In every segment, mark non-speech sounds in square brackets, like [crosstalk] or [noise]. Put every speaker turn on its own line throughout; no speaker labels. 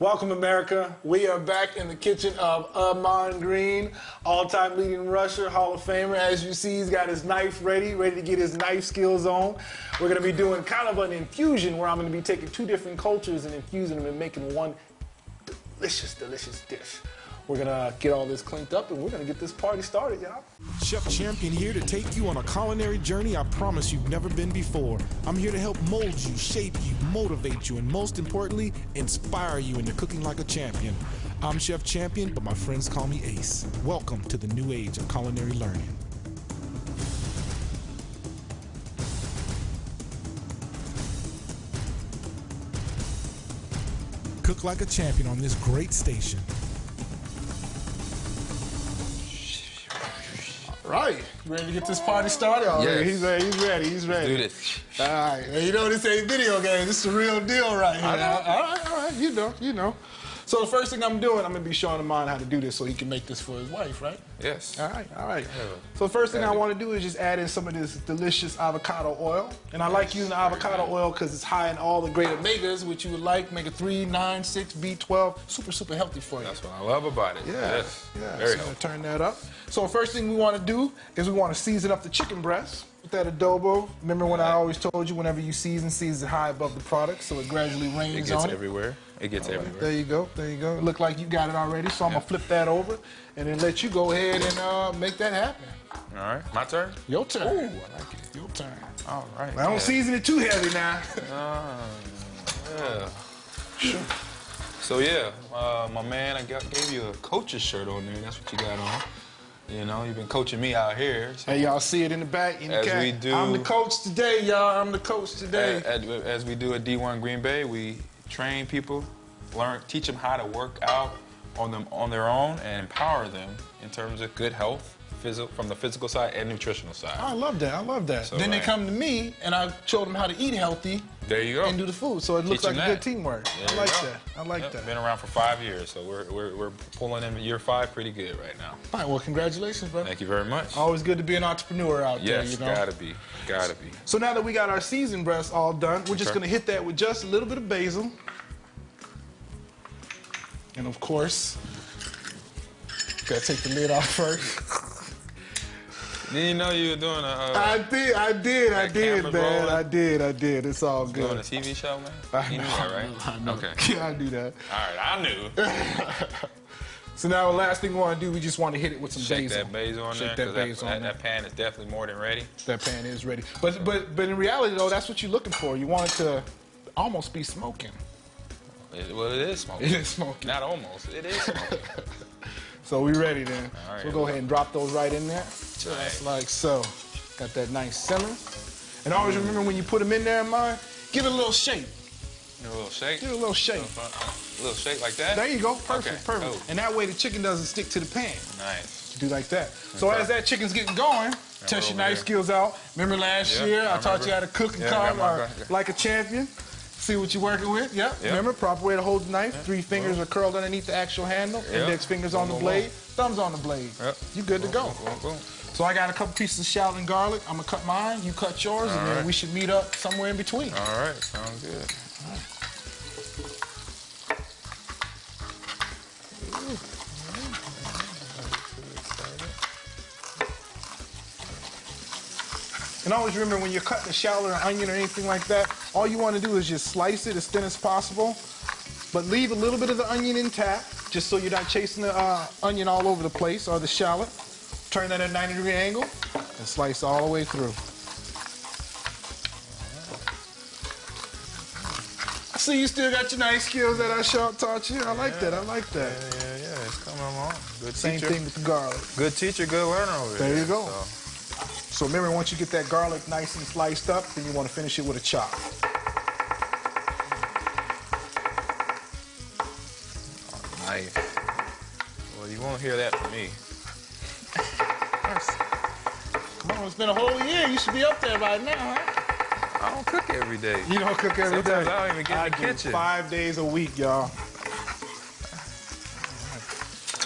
Welcome, America. We are back in the kitchen of Amon Green, all-time leading rusher, Hall of Famer. As you see, he's got his knife ready, ready to get his knife skills on. We're going to be doing kind of an infusion where I'm going to be taking two different cultures and infusing them and making one delicious, delicious dish. We're going to get all this cleaned up and we're going to get this party started, y'all.
Chef Champion here to take you on a culinary journey I promise you've never been before. I'm here to help mold you, shape you, motivate you, and most importantly, inspire you into cooking like a champion. I'm Chef Champion, but my friends call me Ace. Welcome to the new age of culinary learning. Cook like a champion on this great station.
Right. Ready to get this party started already?
Yes.
He's ready. He's ready. He's ready.
do this.
All right. Now, you know this ain't video game. This is the real deal right here.
I know.
All right. All right. You know. You know. So the first thing I'm doing, I'm gonna be showing Amon how to do this so he can make this for his wife, right?
Yes.
All right. All right. So the first thing I want to do is just add in some of this delicious avocado oil, and I like using avocado oil because it's high in all the great omegas, which you would like, omega three, nine, six, B12, super super healthy for you.
That's what I love about it.
Yeah.
Yes.
Yeah. so
Very
I'm gonna
helpful.
turn that up. So first thing we want to do is we want to season up the chicken breast with that adobo. Remember when I always told you whenever you season, season high above the product, so it gradually rains
It
on
gets
it.
everywhere. It gets
There
everywhere.
you go. There you go. It looked like you got it already, so I'm gonna flip that over and then let you go ahead and uh, make that happen.
All right. My turn.
Your turn.
Ooh, I like it.
Your turn.
All right.
I don't
yeah.
season it too heavy now.
Yeah. So yeah, uh, my man, I got, gave you a coach's shirt on there. That's what you got on. You know, you've been coaching me out here.
[laughs]
So
hey, y'all see it in the back. In the
As
cat.
we do-
I'm the coach today, y'all. I'm the coach today.
a- at- as we do at D1 Green Bay, we train people, learn, teach them how to work out on them on their own, and empower them in terms of good health, physical from the physical side and nutritional side.
I love that. I love that.
So,
then they
like-
come to me and I show them how to eat healthy
There you go.
and do the food. So it looks
Teach
like
'em
a good
that.
teamwork.
There
I
you
like
go.
that. I like
Yep,
that.
Been around for five years, so we're, we're, we're pulling in year five pretty good right now.
All right, well, congratulations, brother.
Thank you very much.
Always good to be an entrepreneur out
yes,
Oh, there, you know.
gotta be, gotta be.
So now that we got our seasoned breasts all done, we're just
Okay.
gonna hit that with just a little bit of basil. And of course, gotta take the lid off
[laughs]
first.
Then you know you were doing a uh,
I did, I did, I
That
did,
camera's
man.
rolling.
I did, I did. It's all
doing a
good.
TV show, man.
I
you knew
know,
that,
I
right?
know, I know. [laughs]
Okay.
Yeah, I do that.
All right,
[laughs]
I knew.
So now the last thing we want to do, we just want to hit it with some
Shake
basil.
that basil on
Shake that
there. 'cause
basil
that,
on there.
that pan is definitely more than ready.
That pan is ready. But but but in reality though, that's what you're looking for. You want it to almost be smoking. [laughs]
It- well, it is smoking.
It [laughs] is smoking.
Not almost. It is
[laughs]
smoking.
So we ready then.
All right.
so we'll go ahead and drop those right in there.
Nice.
Just like so. Got that nice simmer. And always remember when you put them in there, mine, give it a little shake.
a little shake.
Give it a little shake.
A little shake like that.
There you go. Perfect.
Oh. Okay, Oh.
Perfect.
cool.
And that way the chicken doesn't stick to the pan.
Nice.
do like that. So
Okay.
as that chicken's getting going, test
we're
your
over
knife
here.
skills out. Remember last
Yeah,
year
I
I, taught
remember.
you how to cook and
Yeah, I
carve
got my
uh,
gun.
like a champion. See what you're working with. Yep.
Yeah.
Remember, proper way to hold the knife. Three fingers are curled underneath the actual handle.
Yeah.
Index fingers on the
Boom, boom,
blade. Thumbs on the blade.
Yep.
You good to go.
Boom, boom.
So I got a couple pieces of shallot and garlic. I'm gonna cut mine. You cut yours, and then
right.
we should meet up somewhere in between.
All right. Sounds good.
And always remember when you're cutting a shallot or an onion or anything like that, all you want to do is just slice it as thin as possible, but leave a little bit of the onion intact, just so you're not chasing the uh, onion all over the place or the shallot. Turn that at a 90 degree angle and slice all the way through. I see you still got your nice skills that I sharp taught you. I like that. I like that.
Yeah, yeah, yeah. It's coming along. Good
Same
teacher.
thing with the garlic.
Good teacher, good learner over
There
here.
you go.
so.
So remember, once you get that garlic nice and sliced up, then you want to finish it with a chop.
Nice. Well, you won't hear that from me.
Come on, it's been a whole year. You should be up there by now, huh?
I don't cook every day.
You don't cook every day.
Sometimes I don't even get in
I
the
do
kitchen.
Five days a week, y'all.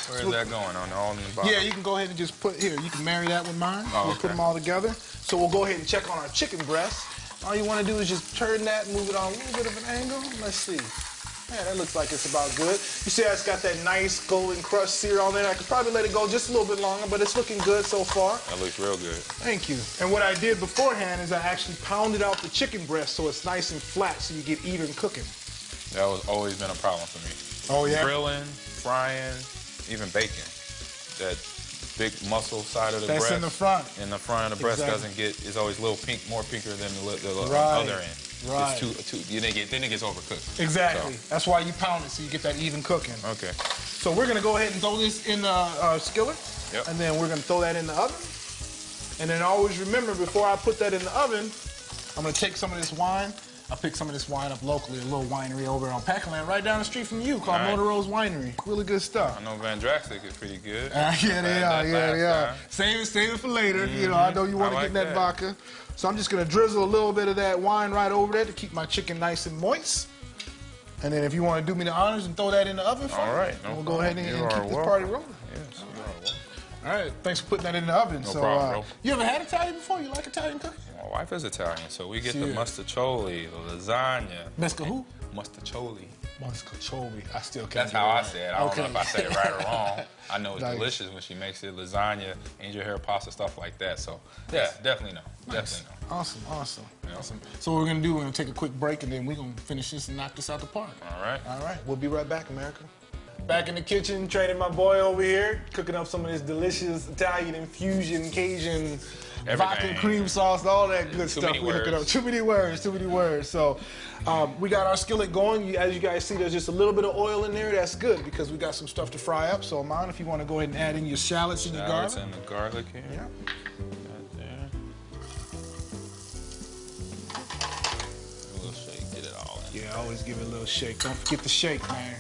Where's that going? On all in the bottom.
Yeah, you can go ahead and just put here. You can marry that with mine.
Oh,
we'll
okay.
put them all together. So we'll go ahead and check on our chicken breast. All you want to do is just turn that, move it on a little bit of an angle. Let's see. Man, that looks like it's about good. You see, how it's got that nice golden crust sear on there. I could probably let it go just a little bit longer, but it's looking good so far.
That looks real good.
Thank you. And what I did beforehand is I actually pounded out the chicken breast so it's nice and flat so you get even cooking.
That was always been a problem for me.
Oh, yeah?
Grilling, frying, even baking. That big muscle side of the
That's
breast.
in the front.
In the front of the breast
Exactly.
doesn't get. It's always a little pink, more pinker than the, li- the li-
Right,
other end.
right.
It's too, too. You then get then it gets overcooked.
Exactly.
So,
That's why you pound it so you get that even cooking.
okay.
So we're gonna go ahead and throw this in the uh, skillet,
Yep.
and then we're gonna throw that in the oven. And then always remember before I put that in the oven, I'm gonna take some of this wine. I picked some of this wine up locally, a little winery over on Peckerland, right down the street from you, called
All right.
Motor Rose Winery. Really good stuff.
I know Van Draxic is pretty good.
Uh, [laughs] yeah,
Tried
they
that
are. Yeah,
last
they are.
time.
Save it, save it for later. You know, I know you
Mm-hmm. I
want to
like
get that,
that.
vodka. So I'm just gonna drizzle a little bit of that wine right over there to keep my chicken nice and moist. And then if you want to do me the honors and throw that in the oven, for
All
me,
right. no
we'll go
problem.
ahead and,
You
and
are
keep this
welcome.
party rolling.
Yes, you are welcome.
All right, thanks for putting that in the oven. so,
problem,
uh,
bro.
you ever had Italian before? You like Italian cooking?
My wife is Italian, so we get the
Shit.
mustacholi, the lasagna.
Mesca who?
Mustacholi.
Mascacholi. I still can't.
That's
get it
how I
right.
said. it. I don't know if I said it right or wrong. I know it's
Nice.
delicious when she makes it lasagna, angel hair pasta, stuff like that. So yeah, definitely no. Definitely no.
[laughs] Awesome, awesome,
Yeah.
awesome. So what we're gonna do? We're gonna take a quick break, and then we're gonna finish this and knock this out the park.
All right.
All right, we'll be right back, America. Back in the kitchen, training my boy over here, cooking up some of this delicious Italian infusion, Cajun, vodka
Everything.
cream sauce, all that good
Too
stuff.
many
we hooking up.
words.
Too many words, too many words. So um, we got our skillet going. You- As you guys see, there's just a little bit of oil in there. That's good because we got some stuff to fry up. So, Amon, if you want to go ahead and add in your shallots and your
Carrots
garlic.
and the garlic here.
Yeah.
Right there. We'll shake, get it all in.
Yeah, I always give it a little shake. Don't forget the shake, man.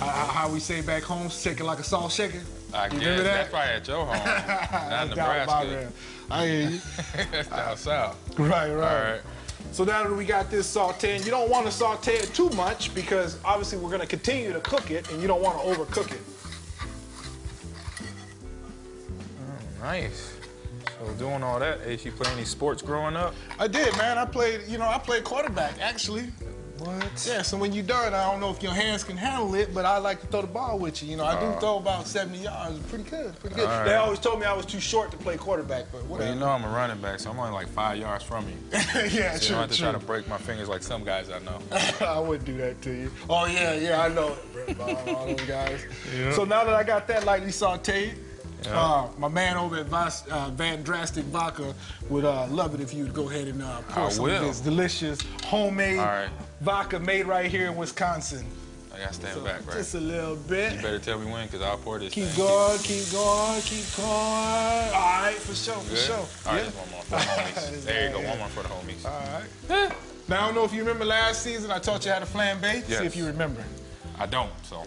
How, how- how we say back home, shake it like a salt shaker.
I
You
guess
remember that?
that's probably at
[laughs]
your home, not
Down
in
by
Nebraska.
there. I hear you. [laughs]
Down south.
Right,
All
right.
right.
So now that we got this sauteed, you don't want to saute it too much because obviously we're going to continue to cook it and you don't want to overcook it.
Nice. So doing all that, hey, you play any sports growing up?
I did, man. I played, you know, I played quarterback actually.
What?
Yeah, so when you done, I don't know if your hands can handle it, but I like to throw the ball with you. You know, I do throw about 70 yards. Pretty good, pretty good.
Uh. All right.
They always told me I was too short to play quarterback, but
Well,
whatever.
you know I'm a running back, so I'm only like five yards from you. So
[laughs] yeah,
you don't
true,
have to try
true.
to break my fingers like some guys I know.
[laughs] I would do that to you. Oh yeah, yeah, I know it, Brett Bond, all
[laughs]
those guys. So now that I got that lightly sauteed, uh, my man over at Vas- uh, Van Drastic Vodka would uh, love it if you would go ahead and uh, pour
I
some of
will.
this delicious homemade
All right.
vodka made right here in Wisconsin.
I gotta stand back, right?
Just a little bit.
You better tell me when, cause I'll pour this.
Keep
thing.
going, keep going, keep going. All right, for sure, for
Good?
sure.
All right, just one more for the
[laughs]
homies. there you go, one more for the homies.
All right. Now, I don't know if you remember last season, I taught you how to flambe.
Yes.
See if you remember.
I don't, so.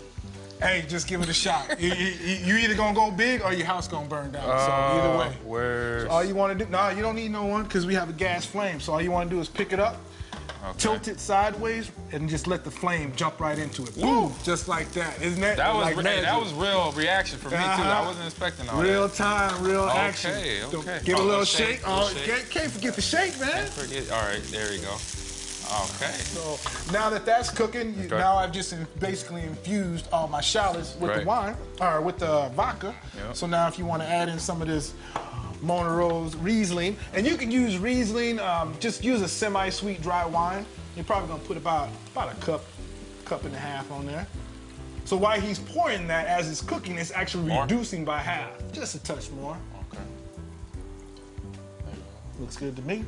Hey, just give it a shot. [laughs] you, you, you either gonna go big or your house gonna burn down. so
Uh,
either way.
Where?
All you want to do? Nah, you don't need no one because we have a gas flame. So all you want to do is pick it up, tilt it sideways, and just let the flame jump right into it. Boom! Just like that. Isn't that?
That was
like
re- hey, that
magic?
was real reaction for me too.
Uh-huh.
I wasn't expecting all
real
that.
time, real
Okay,
action.
okay.
Don't- Give it
Oh,
a little
little shake,
shake.
little
Oh,
shake.
Can't, can't forget the shake, man.
Forget. All right, there you go. Okay.
So now that that's cooking, you,
Okay.
now I've just in, basically infused all my shallots with the
Right.
wine or with the vodka.
Yep.
So now if you want to add in some of this Mona Rose Riesling, and you can use Riesling, um, just use a semi-sweet dry wine. You're probably gonna put about about a cup, cup and a half on there. So while he's pouring that as it's cooking, it's actually
More?
reducing by half, just a touch more.
Okay.
Looks good to me.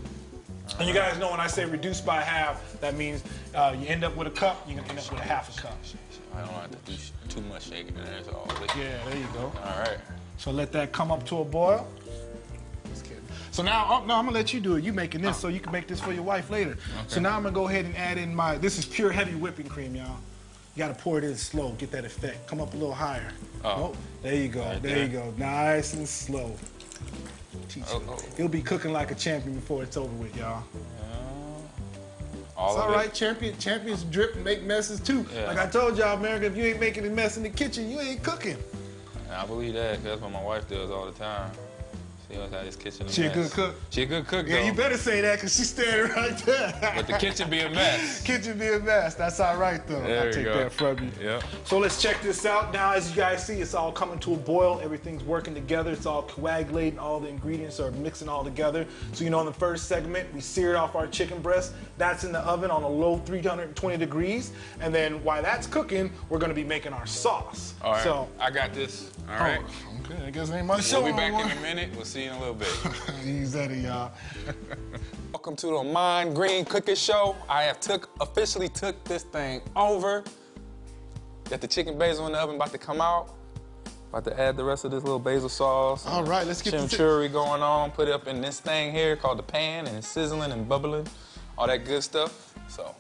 And you guys know when I say reduce by half, that means uh, you end up with a cup, you're gonna end up with a half a cup.
I don't have to do sh- too much shaking. There's all.
Yeah, there you go.
All right.
So let that come up to a boil. Just kidding. So now, oh, no, I'm gonna let you do it. You making
Oh.
this, so you can make this for your wife later. So now I'm gonna go ahead and add in my. This is pure heavy whipping cream, y'all. You gotta pour it in slow, get that effect. Come up a little higher.
Oh.
there you go.
Right
there,
there.
you go. Nice and slow. Teach
Oh,
you.
oh.
He'll be cooking like a champion before it's over with, y'all.
All
It's
of
all
it.
right, champion. Champions drip and make messes too.
Yeah.
Like I told y'all, America, if you ain't making a mess in the kitchen, you ain't cooking.
And I believe that. 'cause That's what my wife does all the time. She knows how this kitchen.
She a
mess.
good cook.
She a good cook.
Yeah,
though.
you better say that because she's standing [laughs] right there.
But the kitchen be
[laughs]
a mess.
Kitchen be a mess. That's all right, though.
There
I'll
you
take
go.
that from you.
Yep.
So let's check this out. Now, as you guys see, it's all coming to a boil. Everything's working together. It's all coagulating. All the ingredients are mixing all together. So, you know, in the first segment, we seared off our chicken breast. That's in the oven on a low 320 degrees. And then while that's cooking, we're going to be making our sauce.
All right.
So,
I got this. All
Oh,
right.
okay, I guess ain't much show.
We'll
no
be back
more.
in a minute. We'll see you in a little bit.
[laughs] He's at uh, it, y'all.
Welcome to the Mind Green Cooking Show. I have took officially took this thing over. Got the chicken basil in the oven about to come out. About to add the rest of this little basil sauce.
All right, let's get to the-
chimichurri going on. Put it up in this thing here called the pan, and it's sizzling and bubbling, all that good stuff. So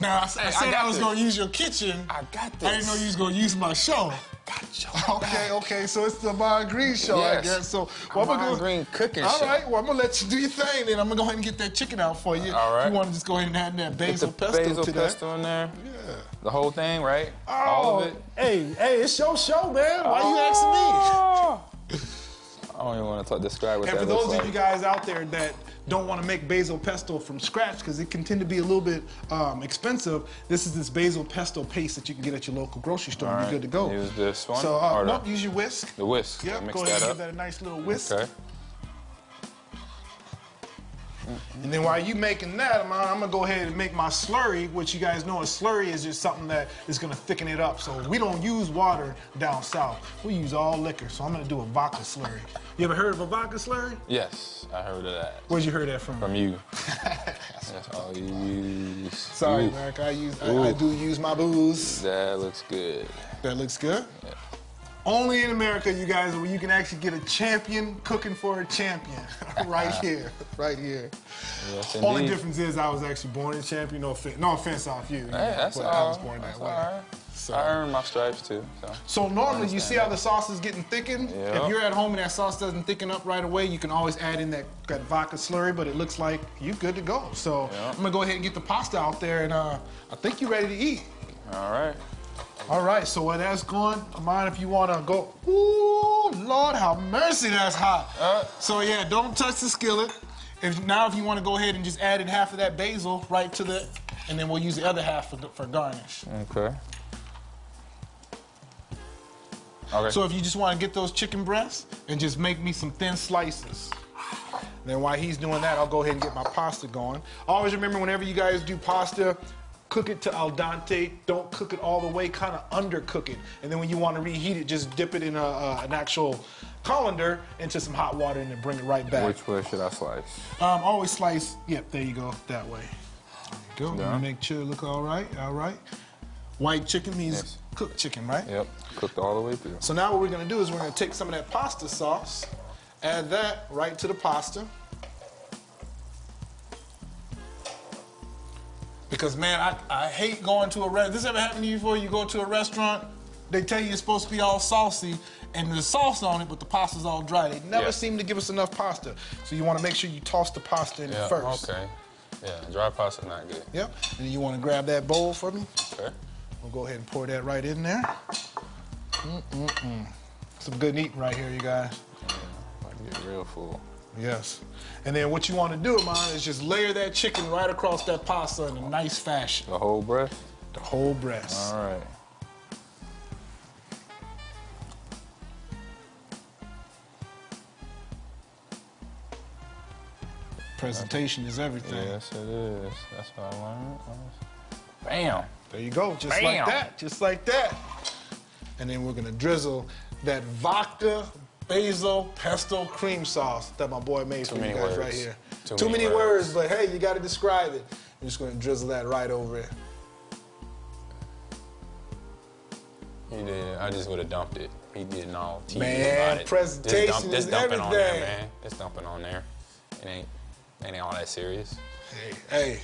Now, I, said I,
got
was
this.
going to use your kitchen.
I got this.
I didn't know you was going to use my show.
got you.
[laughs] Okay, okay. So it's the Von Green show, I
Yes.
guess. So
Von Green cooking
All
show.
right. Well, I'm gonna let you do your thing. Then I'm gonna go ahead and get that chicken out for you.
All right.
You want to just go ahead and add that
Get the
basil pesto
basil
to that?
pesto in there. Yeah. The whole thing, right?
Oh.
all of it.
Hey, hey, it's your show, man. Why you asking me?
asking me? [laughs] I don't even want to talk, describe what
And
Oh.
for
that
those
looks like.
of you guys out there that don't want to make basil pesto from scratch because it can tend to be a little bit um, expensive, this is this basil pesto paste that you can get at your local grocery store. and
All
You're
right.
good to go.
Use this one
So, uh,
or the-
nope, use your whisk.
the whisk.
Yep,
Mix
go ahead
that
and
up.
give that a nice little whisk.
Okay.
And then while you making that, I'm, I'm gonna go ahead and make my slurry, which you guys know a slurry is just something that is gonna thicken it up. So we don't use water down south. We use all liquor. So I'm gonna do a vodka slurry. You ever heard of a vodka slurry?
Yes, I heard of that.
Where'd you hear that from?
[laughs]
[laughs]
From you. That's all you use.
Sorry,
Ooh,
America. I use I, I
Ooh.
do use my booze.
That looks good.
That looks good. Only in America, you guys, where you can actually get a champion cooking for a champion. [laughs] right
Ah.
here. Right here.
Yes,
Only
indeed.
difference is I was actually born in champion. No offense, no offense off you. you
Hey,
know,
that's
but
all.
I was born
that's
that way.
all right. I earned my stripes too. So.
So normally you see how the sauce is getting thickened.
Yeah.
If you're at home and that sauce doesn't thicken up right away, you can always add in that, that vodka slurry, but it looks like you good to go. So
Yeah.
I'm gonna go ahead and get the pasta out there and uh, I think you're ready to eat.
All right.
All right, so while that's going, mind if you wanna go, ooh, Lord have mercy, that's hot.
Uh.
so yeah, don't touch the skillet. If now if you wanna go ahead and just add in half of that basil right to the, and then we'll use the other half for, for garnish.
Okay. Okay.
So if you just want to get those chicken breasts and just make me some thin slices. Then while he's doing that, I'll go ahead and get my pasta going. Always remember whenever you guys do pasta, cook it to al dente. Don't cook it all the way, kind of undercook it. And then when you want to reheat it, just dip it in a, uh, an actual colander into some hot water and then bring it right back.
Which way should I slice?
Um, always slice. Yep, there you go. That way. There you go.
Yeah.
Make sure it look all right. All right. White chicken means
Yes.
cooked chicken, right?
Yep. Cooked all the way through.
So now what we're gonna do is we're gonna take some of that pasta sauce, add that right to the pasta. Because man, I, I hate going to a restaurant. This ever happened to you before? You go to a restaurant, they tell you it's supposed to be all saucy, and there's sauce on it, but the pasta's all dry. They never
Yeah.
seem to give us enough pasta. So you wanna make sure you toss the pasta in
Yeah.
first.
Okay. Yeah. Dry pasta's not good.
Yep. And then you wanna grab that bowl for me.
Okay.
We'll go ahead and pour that right in there. Mm-mm-mm. Some good eating right here, you guys.
I get real full.
Yes. And then what you want to do, Amon, is just layer that chicken right across that pasta in a nice fashion.
The whole breast.
The whole breast.
All right. Uh-huh.
Presentation is everything.
Yes, it is. That's what I learned. Bam.
There you go. Just like
Bam.
that. Just like that. And then we're going to drizzle that vodka basil pesto cream sauce that my boy made for you
many
guys
words.
right here. Too,
Too
many,
many
words. but hey, you got to describe it. I'm just going to drizzle that right over it.
He did. I just would have dumped it. He didn't all tease
Man,
about it.
presentation
Just
is
just dump it on there,
everything.
man. Just dump it on there. It ain't, it ain't all that serious.
Hey, hey.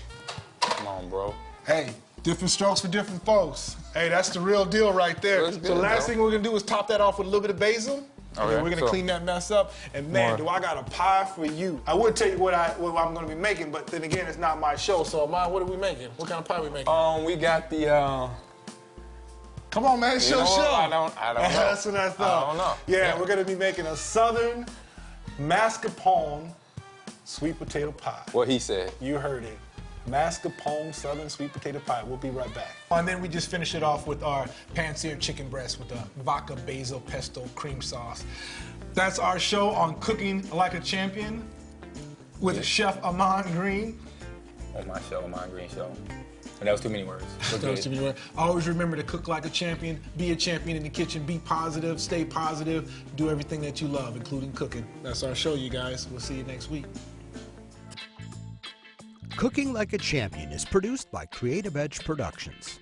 Come on, bro.
Hey, different strokes for different folks. Hey, that's the real deal right there.
Looks
so
good,
last
bro.
thing we're gonna do is top that off with a little bit of basil. And then
Okay,
we're gonna
so-
clean that mess up. And man,
More.
do I got a pie for you. I would tell you what I what I'm gonna be making, but then again, it's not my show. So, man, what are we making? What kind of pie we making?
Oh,
Um, we got the. Uh,
Come on, man, it's
you
your [laughs]
know what?
show.
I don't. I don't know.
That's what I thought.
I don't know.
Yeah, we're gonna be making a southern
mascarpone sweet potato pie.
What he said.
You heard it. Mascarpone Southern Sweet Potato Pie. We'll be right back. And then we just finish it off with our pan-seared chicken breast with the vodka basil pesto cream sauce. That's our show on cooking like a champion with Chef Amon Green.
On my show, on my green show. And that was too many [laughs] words. We're
That was
good.
to be right. Always remember to cook like a champion, be a champion in the kitchen, be positive, stay positive, do everything that you love, including cooking. That's our show, you guys. We'll see you next week.
Cooking Like a Champion is produced by Creative Edge Productions.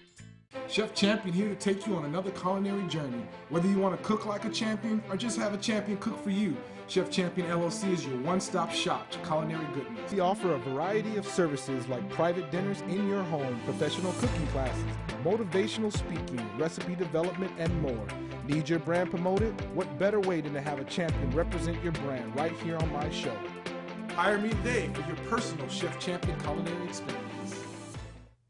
Chef Champion here to take you on another culinary journey. Whether you want to cook like a champion or just have a champion cook for you, Chef Champion LLC is your one stop shop to culinary goodness. We offer a variety of services like private dinners in your home, professional cooking classes, motivational speaking, recipe development, and more. Need your brand promoted? What better way than to have a champion represent your brand right here on my show? Hire me today for your personal Chef Champion culinary experience.